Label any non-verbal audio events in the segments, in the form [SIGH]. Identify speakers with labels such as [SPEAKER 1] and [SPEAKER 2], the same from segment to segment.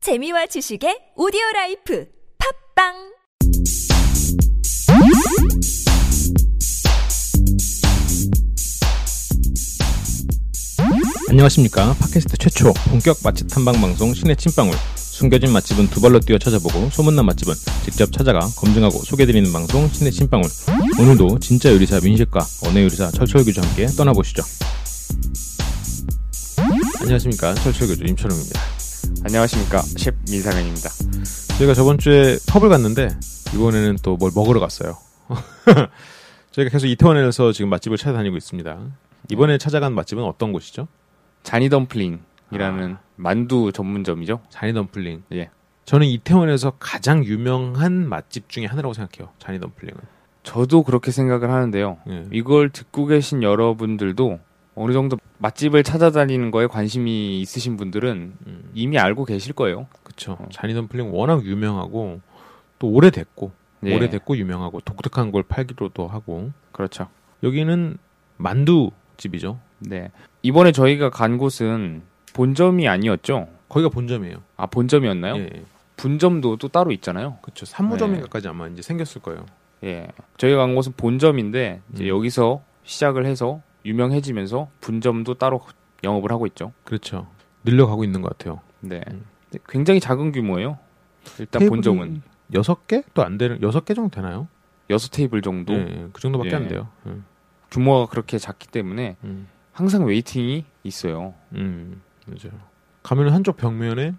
[SPEAKER 1] 재미와 지식의 오디오 라이프 팝빵
[SPEAKER 2] 안녕하십니까 팟캐스트 최초 본격 맛집 탐방 방송 신의 찐빵울 숨겨진 맛집은 두 발로 뛰어 찾아보고 소문난 맛집은 직접 찾아가 검증하고 소개드리는 방송 신의 찐빵울 오늘도 진짜 요리사 민식과 언어 요리사 철철 교주와 함께 떠나보시죠 안녕하십니까 철철 교주 임철웅입니다
[SPEAKER 3] 안녕하십니까 셰프 민상현입니다.
[SPEAKER 2] 저희가 저번 주에 펍을 갔는데 이번에는 또 뭘 먹으러 갔어요 [LAUGHS] 저희가 계속 이태원에서 지금 맛집을 찾아다니고 있습니다 이번에 찾아간 맛집은 어떤 곳이죠?
[SPEAKER 3] 자니
[SPEAKER 2] 아.
[SPEAKER 3] 덤플링이라는 만두 전문점이죠.
[SPEAKER 2] 자니 덤플링.
[SPEAKER 3] 예.
[SPEAKER 2] 저는 이태원에서 가장 유명한 맛집 중에 하나라고 생각해요. 자니 덤플링은.
[SPEAKER 3] 저도 그렇게 생각을 하는데요.
[SPEAKER 2] 예.
[SPEAKER 3] 이걸 듣고 계신 여러분들도 어느 정도 맛집을 찾아다니는 거에 관심이 있으신 분들은
[SPEAKER 2] 음.
[SPEAKER 3] 이미 알고 계실 거예요.
[SPEAKER 2] 그쵸.
[SPEAKER 3] 어.
[SPEAKER 2] 자니 덤플링 워낙 유명하고 또 오래됐고
[SPEAKER 3] 예,
[SPEAKER 2] 오래됐고 유명하고 독특한 걸 팔기로도 하고
[SPEAKER 3] 그렇죠.
[SPEAKER 2] 여기는 만두 집이죠.
[SPEAKER 3] 네. 이번에 저희가 간 곳은 본점이 아니었죠.
[SPEAKER 2] 거기가 본점이에요.
[SPEAKER 3] 아 본점이었나요?
[SPEAKER 2] 예, 예.
[SPEAKER 3] 분점도 또 따로 있잖아요.
[SPEAKER 2] 그쵸.
[SPEAKER 3] 네.
[SPEAKER 2] 사무점인가까지 아마 이제 생겼을 거예요.
[SPEAKER 3] 예. 저희가 간 곳은 본점인데 이제
[SPEAKER 2] 음.
[SPEAKER 3] 여기서 시작을 해서 유명해지면서 분점도 따로 영업을 하고 있죠.
[SPEAKER 2] 그렇죠. 늘려가고 있는 것 같아요.
[SPEAKER 3] 네. 근데 굉장히 작은 규모예요. 일단
[SPEAKER 2] 음. 테이블이-
[SPEAKER 3] 본점은
[SPEAKER 2] 여섯 개? 또 안 되는 여섯 개 정도 되나요?
[SPEAKER 3] 여섯 테이블 정도
[SPEAKER 2] 예, 예. 그 정도밖에
[SPEAKER 3] 예.
[SPEAKER 2] 안 돼요. 음.
[SPEAKER 3] 규모가 그렇게 작기 때문에
[SPEAKER 2] 음.
[SPEAKER 3] 항상 웨이팅이 있어요.
[SPEAKER 2] 음, 맞아요. 가면 한쪽 벽면에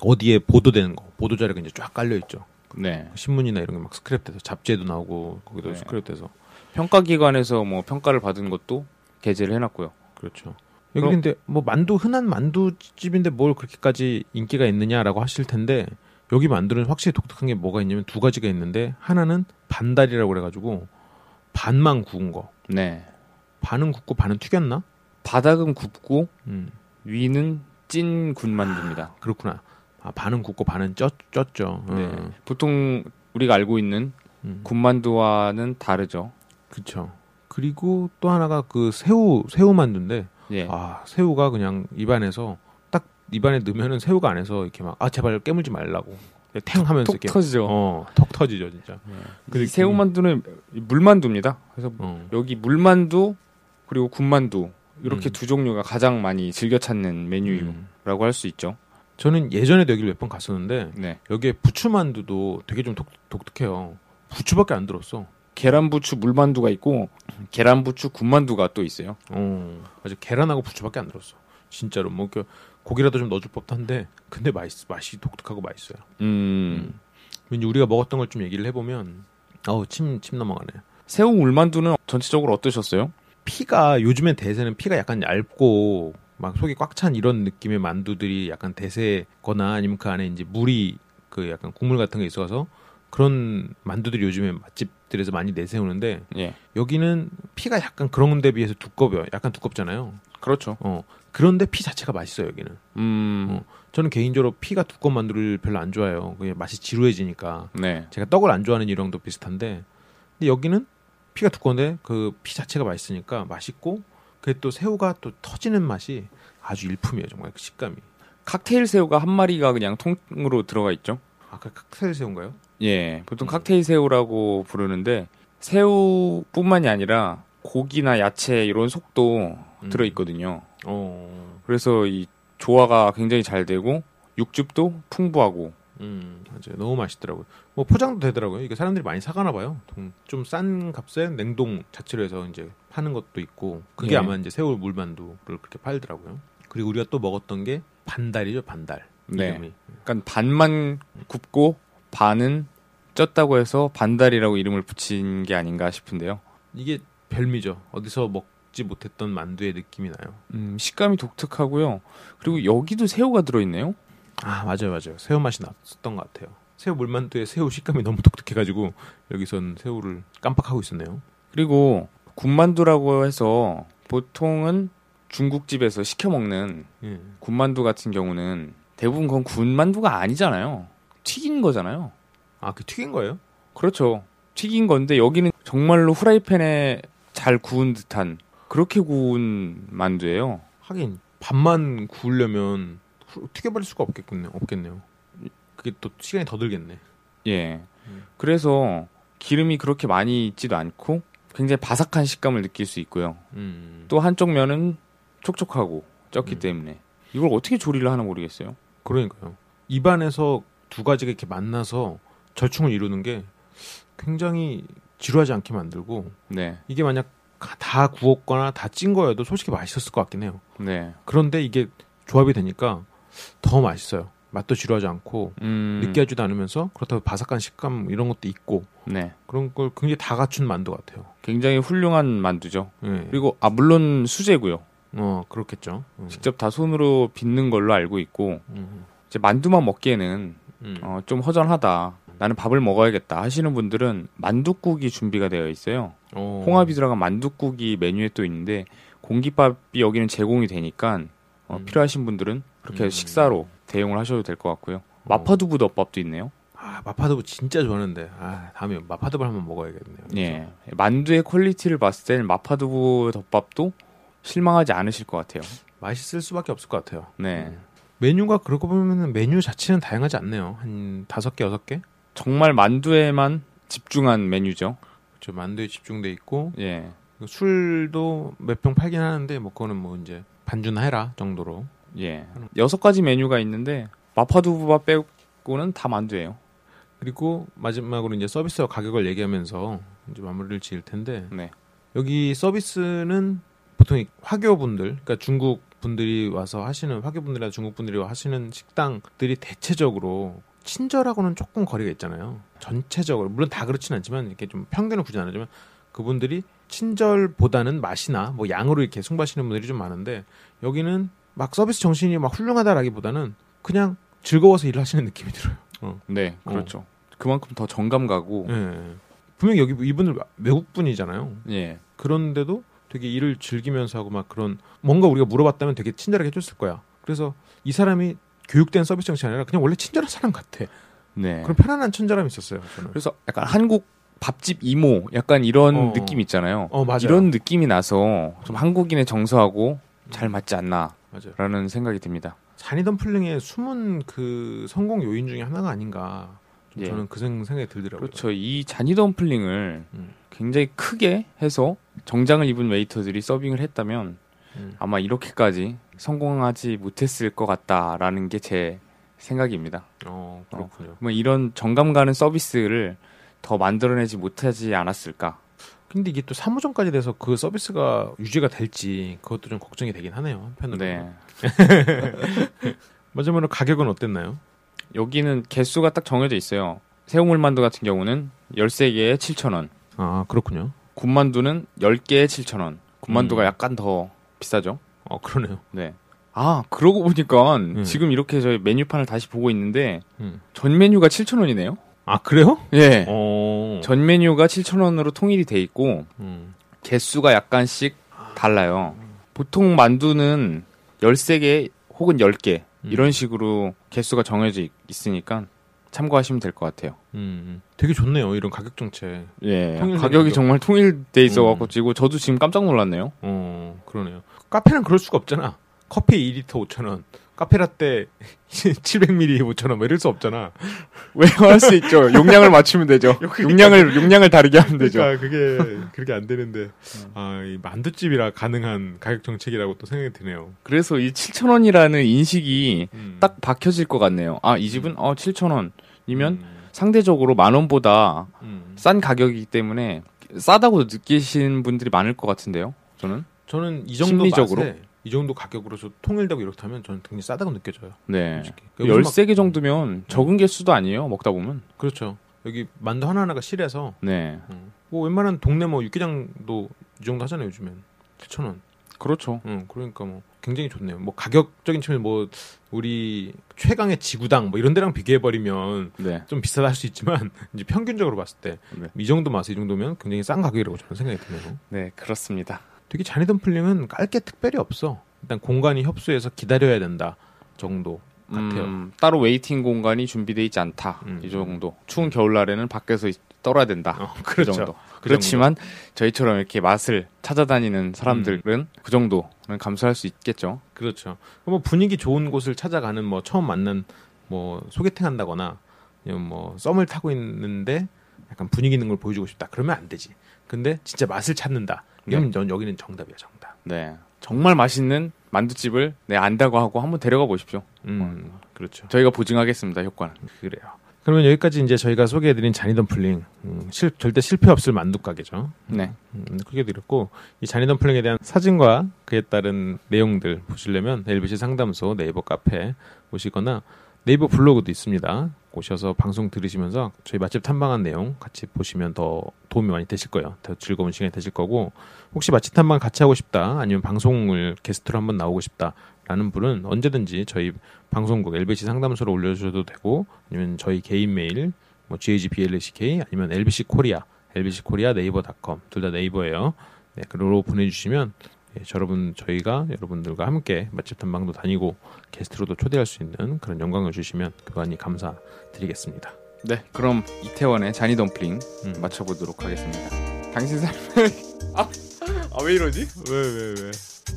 [SPEAKER 2] 어디에 보도되는 거, 보도 자료가 이제 쫙 깔려 있죠.
[SPEAKER 3] 네.
[SPEAKER 2] 신문이나 이런 게 막 스크랩돼서 잡지에도 나오고 거기도
[SPEAKER 3] 네.
[SPEAKER 2] 스크랩돼서
[SPEAKER 3] 평가 기관에서 뭐 평가를 받은 것도 게재를 해놨고요.
[SPEAKER 2] 그렇죠. 여기
[SPEAKER 3] 그럼-
[SPEAKER 2] 근데 뭐 만두 흔한 만두 집인데 뭘 그렇게까지 인기가 있느냐라고 하실 텐데 여기 만두는 확실히 독특한 게 뭐가 있냐면 두 가지가 있는데 하나는 반달이라고 그래가지고 반만 구운 거,
[SPEAKER 3] 네.
[SPEAKER 2] 반은 굽고 반은 튀겼나?
[SPEAKER 3] 바닥은 굽고
[SPEAKER 2] 음,
[SPEAKER 3] 위는 찐 군만두입니다.
[SPEAKER 2] 그렇구나. 아 반은 굽고 반은 쪘, 쪘죠.
[SPEAKER 3] 네.
[SPEAKER 2] 음,
[SPEAKER 3] 보통 우리가 알고 있는
[SPEAKER 2] 음.
[SPEAKER 3] 군만두와는 다르죠.
[SPEAKER 2] 그렇죠. 그리고 또 하나가 그 새우 새우 만두인데
[SPEAKER 3] 예.
[SPEAKER 2] 아 새우가 그냥 입안에서 딱 입안에 넣으면은 새우가 안에서 이렇게 막 아 제발 깨물지 말라고 탱하면서
[SPEAKER 3] 톡 음.
[SPEAKER 2] 이렇게
[SPEAKER 3] 터지죠.
[SPEAKER 2] 어턱 그 터지죠 진짜.
[SPEAKER 3] 이 새우만두는 물만두입니다. 그래서
[SPEAKER 2] 어,
[SPEAKER 3] 여기 물만두 그리고 군만두 이렇게
[SPEAKER 2] 음.
[SPEAKER 3] 두 종류가 가장 많이 즐겨 찾는 메뉴라고
[SPEAKER 2] 음.
[SPEAKER 3] 할 수 있죠.
[SPEAKER 2] 저는 예전에도 여기를 몇 번 갔었는데
[SPEAKER 3] 네.
[SPEAKER 2] 여기에 부추 만두도 되게 좀 독, 독특해요. 부추밖에 안 들었어.
[SPEAKER 3] 계란 부추 물만두가 있고 계란 부추 군만두가 또 있어요.
[SPEAKER 2] 어 맞아 계란하고 부추밖에 안 들었어. 진짜로 뭐 이렇게 고기라도 좀 넣어줄 법한데 근데 맛 맛이 독특하고 맛있어요.
[SPEAKER 3] 음.
[SPEAKER 2] 왠지 우리가 먹었던 걸 좀 얘기를 해보면 어우 침 침 넘어가네.
[SPEAKER 3] 새우 물만두는 전체적으로 어떠셨어요?
[SPEAKER 2] 피가 요즘에 대세는 피가 약간 얇고 막 속이 꽉 찬 이런 느낌의 만두들이 약간 대세거나 아니면 그 안에 이제 물이 그 약간 국물 같은 게 있어서 그런 만두들이 요즘에 맛집들에서 많이 내세우는데
[SPEAKER 3] 예.
[SPEAKER 2] 여기는 피가 약간 그런 데 비해서 두꺼워요. 약간 두껍잖아요.
[SPEAKER 3] 그렇죠.
[SPEAKER 2] 어. 그런데 피 자체가 맛있어요, 여기는.
[SPEAKER 3] 음.
[SPEAKER 2] 저는 개인적으로 피가 두꺼운 만두를 별로 안 좋아해요. 그게 맛이 지루해지니까.
[SPEAKER 3] 네.
[SPEAKER 2] 제가 떡을 안 좋아하는 이랑도 비슷한데 근데 여기는 피가 두꺼운데 그 피 자체가 맛있으니까 맛있고 그게 또 새우가 또 터지는 맛이 아주 일품이에요 정말 그 식감이
[SPEAKER 3] 칵테일 새우가 한 마리가 그냥 통으로 들어가 있죠.
[SPEAKER 2] 아까 칵테일 새우인가요?
[SPEAKER 3] 예. 보통
[SPEAKER 2] 음.
[SPEAKER 3] 칵테일 새우라고 부르는데 새우뿐만이 아니라 고기나 야채 이런 속도
[SPEAKER 2] 음.
[SPEAKER 3] 들어 있거든요.
[SPEAKER 2] 어,
[SPEAKER 3] 그래서 이 조화가 굉장히 잘 되고 육즙도 풍부하고
[SPEAKER 2] 음 맞아요 너무 맛있더라고요 뭐 포장도 되더라고요 이게 사람들이 많이 사가나 봐요 좀 싼 값에 냉동 자체로 해서 이제 파는 것도 있고 그게
[SPEAKER 3] 예.
[SPEAKER 2] 아마 이제 새우 물만두를 그렇게 팔더라고요 그리고 우리가 또 먹었던 게 반달이죠 반달
[SPEAKER 3] 네.
[SPEAKER 2] 이름이
[SPEAKER 3] 약간 반만 굽고 반은 쪘다고 해서 반달이라고 이름을 붙인 게 아닌가 싶은데요.
[SPEAKER 2] 이게 별미죠 어디서 먹지 못했던 만두의 느낌이 나요
[SPEAKER 3] 음, 식감이 독특하고요. 그리고 여기도 새우가 들어있네요.
[SPEAKER 2] 아 맞아요 맞아요 새우 맛이 났었던 것 같아요 새우 물만두에 새우 식감이 너무 독특해가지고 여기선 새우를 깜빡하고 있었네요
[SPEAKER 3] 그리고 군만두라고 해서 보통은 중국집에서 시켜 먹는
[SPEAKER 2] 예
[SPEAKER 3] 군만두 같은 경우는 대부분 그건 군만두가 아니잖아요. 튀긴 거잖아요.
[SPEAKER 2] 아그 튀긴 거예요
[SPEAKER 3] 그렇죠. 튀긴 건데 여기는 정말로 후라이팬에 잘 구운 듯한 그렇게 구운 만두예요.
[SPEAKER 2] 하긴 밥만 구우려면 후- 튀겨버릴 수가 없겠군요 없겠네요 그게 또 시간이 더 들겠네.
[SPEAKER 3] 예.
[SPEAKER 2] 음.
[SPEAKER 3] 그래서 기름이 그렇게 많이 있지도 않고 굉장히 바삭한 식감을 느낄 수 있고요.
[SPEAKER 2] 음.
[SPEAKER 3] 또 한쪽 면은 촉촉하고 쪘기
[SPEAKER 2] 음.
[SPEAKER 3] 때문에 이걸 어떻게 조리를 하나 모르겠어요.
[SPEAKER 2] 그러니까요. 입안에서 두 가지가 이렇게 만나서 절충을 이루는 게 굉장히 지루하지 않게 만들고
[SPEAKER 3] 네.
[SPEAKER 2] 이게 만약 가- 다 구웠거나 다 찐 거여도 솔직히 맛있었을 것 같긴 해요.
[SPEAKER 3] 네.
[SPEAKER 2] 그런데 이게 조합이 되니까 더 맛있어요. 맛도 지루하지 않고
[SPEAKER 3] 음.
[SPEAKER 2] 느끼하지도 않으면서 그렇다고 바삭한 식감 이런 것도 있고
[SPEAKER 3] 네.
[SPEAKER 2] 그런 걸 굉장히 다 갖춘 만두 같아요.
[SPEAKER 3] 굉장히 훌륭한 만두죠.
[SPEAKER 2] 예.
[SPEAKER 3] 그리고 아 물론 수제고요.
[SPEAKER 2] 어 그렇겠죠. 음,
[SPEAKER 3] 직접 다 손으로 빚는 걸로 알고 있고
[SPEAKER 2] 음,
[SPEAKER 3] 이제 만두만 먹기에는
[SPEAKER 2] 음.
[SPEAKER 3] 어, 좀 허전하다. 나는 밥을 먹어야겠다 하시는 분들은 만둣국이 준비가 되어 있어요.
[SPEAKER 2] 어.
[SPEAKER 3] 홍합이 들어간 만둣국이 메뉴에 또 있는데 공깃밥이 여기는 제공이 되니까 어,
[SPEAKER 2] 음.
[SPEAKER 3] 필요하신 분들은 그렇게
[SPEAKER 2] 음. 어.
[SPEAKER 3] 식사로 대용을 하셔도 될 것 같고요. 마파두부 덮밥도 있네요.
[SPEAKER 2] 아 마파두부 진짜 좋아하는데 아 다음에 마파두부 한번 먹어야겠네요.
[SPEAKER 3] 예, 만두의 퀄리티를 봤을 때는 마파두부 덮밥도 실망하지 않으실 것 같아요.
[SPEAKER 2] 맛있을 수밖에 없을 것 같아요.
[SPEAKER 3] 네,
[SPEAKER 2] 음. 메뉴가 그렇게 보면 메뉴 자체는 다양하지 않네요. 한 다섯 개 여섯 개.
[SPEAKER 3] 정말 만두에만 집중한 메뉴죠.
[SPEAKER 2] 그렇죠. 만두에 집중돼 있고
[SPEAKER 3] 예,
[SPEAKER 2] 술도 몇 병 팔긴 하는데 뭐 그거는 뭐 이제 반주나 해라 정도로.
[SPEAKER 3] 예. 여섯 가지 메뉴가 있는데 마파두부밥 빼고는 다 만두예요.
[SPEAKER 2] 그리고 마지막으로 이제 서비스와 가격을 얘기하면서 이제 마무리를 지을 텐데
[SPEAKER 3] 네.
[SPEAKER 2] 여기 서비스는 보통 이 화교분들, 그러니까 중국 분들이 와서 하시는 화교분들이나 중국 분들이 하시는 식당들이 대체적으로 친절하고는 조금 거리가 있잖아요. 전체적으로 물론 다 그렇진 않지만 이렇게 좀 평균을 굳이 나누자면 그분들이 친절보다는 맛이나 뭐 양으로 이렇게 승부하시는 분들이 좀 많은데 여기는 막 서비스 정신이 막 훌륭하다라기보다는 그냥 즐거워서 일을 하시는 느낌이 들어요. 어.
[SPEAKER 3] 네,
[SPEAKER 2] 어.
[SPEAKER 3] 그렇죠. 그만큼 더 정감 가고
[SPEAKER 2] 예. 분명 히 여기 이분들 외국 분이잖아요.
[SPEAKER 3] 예,
[SPEAKER 2] 그런데도 되게 일을 즐기면서 하고 막 그런 뭔가 우리가 물어봤다면 되게 친절하게 해줬을 거야. 그래서 이 사람이 교육된 서비스 정신이 아니라 그냥 원래 친절한 사람 같아.
[SPEAKER 3] 네.
[SPEAKER 2] 그런 편안한 친절함이 있었어요. 저는.
[SPEAKER 3] 그래서 약간 한국 밥집 이모 약간 이런
[SPEAKER 2] 어.
[SPEAKER 3] 느낌 있잖아요.
[SPEAKER 2] 어 맞아요.
[SPEAKER 3] 이런 느낌이 나서 좀 한국인의 정서하고
[SPEAKER 2] 음.
[SPEAKER 3] 잘 맞지 않나라는
[SPEAKER 2] 맞아요.
[SPEAKER 3] 생각이 듭니다.
[SPEAKER 2] 잔이던 플링의 숨은 그 성공 요인 중에 하나가 아닌가. 좀
[SPEAKER 3] 예.
[SPEAKER 2] 저는 그 생- 생각이 들더라고요.
[SPEAKER 3] 그렇죠. 이 자니덤플링을
[SPEAKER 2] 음.
[SPEAKER 3] 굉장히 크게 해서 정장을 입은 웨이터들이 서빙을 했다면
[SPEAKER 2] 음.
[SPEAKER 3] 아마 이렇게까지 성공하지 못했을 것 같다라는 게 제 생각입니다.
[SPEAKER 2] 어 그렇군요.
[SPEAKER 3] 뭐 이런 정감 가는 서비스를 더 만들어내지 못하지 않았을까.
[SPEAKER 2] 근데 이게 또 사무정까지 돼서 그 서비스가 유지가 될지 그것도 좀 걱정이 되긴 하네요. 한편으로.
[SPEAKER 3] 네.
[SPEAKER 2] 마지막으로 가격은 어땠나요?
[SPEAKER 3] 여기는 개수가 딱 정해져 있어요. 새우물 만두 같은 경우는 13개에 7,000원.
[SPEAKER 2] 아 그렇군요.
[SPEAKER 3] 군만두는 10개에 7,000원. 군만두가
[SPEAKER 2] 음.
[SPEAKER 3] 약간 더 비싸죠.
[SPEAKER 2] 어 그러네요.
[SPEAKER 3] 네. 아, 그러고 보니까 지금 이렇게 저희 메뉴판을 다시 보고 있는데
[SPEAKER 2] 음.
[SPEAKER 3] 전 메뉴가 7,000원이네요.
[SPEAKER 2] 아 그래요?
[SPEAKER 3] 예.
[SPEAKER 2] 어.
[SPEAKER 3] 전 메뉴가 7,000원으로 통일이 돼 있고
[SPEAKER 2] 음.
[SPEAKER 3] 개수가 약간씩 달라요. 보통 만두는 13개 혹은 10개
[SPEAKER 2] 음.
[SPEAKER 3] 이런 식으로 개수가 정해져 있- 있으니까 참고하시면 될 것 같아요.
[SPEAKER 2] 음. 되게 좋네요. 이런 가격 정책.
[SPEAKER 3] 예,
[SPEAKER 2] 통일된 음.
[SPEAKER 3] 가격이
[SPEAKER 2] 가격.
[SPEAKER 3] 정말 통일돼 있어갖고 지고 저도 지금 깜짝 놀랐네요. [LAUGHS]
[SPEAKER 2] 어 그러네요. 카페는 그럴 수가 없잖아. 커피 2리터 5천 원, 카페라떼 [LAUGHS] 700ml 5천 원, 뭐 이럴 수 없잖아.
[SPEAKER 3] 왜 할 수 있죠? 용량을
[SPEAKER 2] [LAUGHS]
[SPEAKER 3] 맞추면 되죠. 용량을 용량을 다르게 하면 되죠. 음.
[SPEAKER 2] 그러니까 그게 그렇게 안 되는데 아, 이 만두집이라 가능한 가격 정책이라고 또 생각이 드네요.
[SPEAKER 3] 그래서 이 7천 원이라는 인식이
[SPEAKER 2] 음.
[SPEAKER 3] 딱 박혀질 것 같네요. 아, 이 집은 어 7천 원이면
[SPEAKER 2] 음,
[SPEAKER 3] 상대적으로 만 원보다
[SPEAKER 2] 음.
[SPEAKER 3] 싼 가격이기 때문에 싸다고 느끼신 분들이 많을 것 같은데요. 저는
[SPEAKER 2] 저는 이 정도
[SPEAKER 3] 심리적으로?
[SPEAKER 2] 맛에 이 정도 가격으로서 통일되고 이렇게 하면 저는 굉장히 싸다고 느껴져요.
[SPEAKER 3] 네.
[SPEAKER 2] 솔직히. 요즘 막-
[SPEAKER 3] 13개 정도면 적은 개수도 아니에요. 먹다 보면.
[SPEAKER 2] 그렇죠. 여기 만두 하나하나가 실해서
[SPEAKER 3] 네.
[SPEAKER 2] 음. 뭐 웬만한 동네 뭐 육개장도 이 정도 하잖아요 요즘엔 7천 원.
[SPEAKER 3] 그렇죠.
[SPEAKER 2] 응 그러니까 뭐 굉장히 좋네요. 뭐 가격적인 측면 뭐 우리 최강의 지구당 뭐 이런 데랑 비교해 버리면
[SPEAKER 3] 네.
[SPEAKER 2] 좀 비싸다 할 수 있지만 [LAUGHS] 이제 평균적으로 봤을 때 이
[SPEAKER 3] 네.
[SPEAKER 2] 정도 맛에 이 정도면 굉장히 싼 가격이라고 저는 생각이 드네요.
[SPEAKER 3] 네, 그렇습니다.
[SPEAKER 2] 되게 잔이던 플링은 깔 게 특별히 없어. 일단 공간이 협소해서 기다려야 된다 정도 같아요.
[SPEAKER 3] 음, 따로 웨이팅 공간이 준비되어 있지 않다.
[SPEAKER 2] 음.
[SPEAKER 3] 이 정도. 추운 겨울날에는 밖에서 있- 떨어야 된다.
[SPEAKER 2] 어,
[SPEAKER 3] 그
[SPEAKER 2] 그렇죠.
[SPEAKER 3] 정도.
[SPEAKER 2] 그
[SPEAKER 3] 그렇지만 저희처럼 이렇게 맛을 찾아다니는 사람들은 그 정도는 감수할 수 있겠죠.
[SPEAKER 2] 그렇죠. 뭐 분위기 좋은 곳을 찾아가는 뭐 처음 만난 뭐 소개팅 한다거나 아니면 뭐 썸을 타고 있는데 약간 분위기 있는 걸 보여주고 싶다. 그러면 안 되지. 근데 진짜 맛을 찾는다. 그럼 넌 여기는 정답이야, 정답.
[SPEAKER 3] 네. 정말 맛있는 만두집을 네 안다고 하고 한번 데려가 보십시오.
[SPEAKER 2] 음, 그렇죠.
[SPEAKER 3] 저희가 보증하겠습니다 효과는.
[SPEAKER 2] 그래요. 그러면 여기까지 이제 저희가 소개해드린 자니덤플링 음, 실, 절대 실패 없을 만두 가게죠.
[SPEAKER 3] 네.
[SPEAKER 2] 음, 크게 드렸고 이 자니덤플링에 대한 사진과 그에 따른 내용들 보시려면 LBC 상담소 네이버 카페 오시거나 네이버 블로그도 있습니다. 오셔서 방송 들으시면서 저희 맛집 탐방한 내용 같이 보시면 더 도움이 많이 되실 거예요. 더 즐거운 시간이 되실 거고 혹시 맛집 탐방 같이 하고 싶다 아니면 방송을 게스트로 한번 나오고 싶다라는 분은 언제든지 저희 방송국 LBC 상담소로 올려주셔도 되고 아니면 저희 개인 메일 뭐 GAGBLCK 아니면 LBC 코리아 LBC 코리아 네이버닷컴 둘 다 네이버예요. 네, 그로 보내주시면 예, 저 여러분 저희가 여러분들과 함께 맛집 탐방도 다니고 게스트로도 초대할 수 있는 그런 영광을 주시면 그간이 감사드리겠습니다.
[SPEAKER 3] 네. 그럼 이태원의 자니 덤플링
[SPEAKER 2] 음.
[SPEAKER 3] 맞춰보도록 하겠습니다. 당신 삶을 [LAUGHS] 아 왜 이러지? [LAUGHS]
[SPEAKER 2] 왜 왜 왜?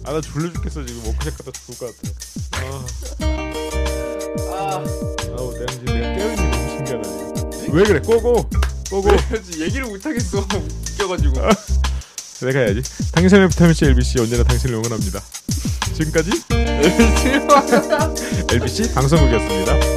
[SPEAKER 2] 아 나 졸려 죽겠어 지금 워크숍 갔다 죽을 것 같아. 아, 아우 내가 지금 내가 깨어있는 게 너무 신기하다. 지금. 왜 그래? 꼬고 꼬고.
[SPEAKER 3] 그래야지 얘기를 못하겠어 [LAUGHS] 웃겨가지고. [LAUGHS]
[SPEAKER 2] 내가 해야지. 당신의 비타민 C LBC 언제나 당신을 응원합니다. 지금까지 LBC 방송국이었습니다.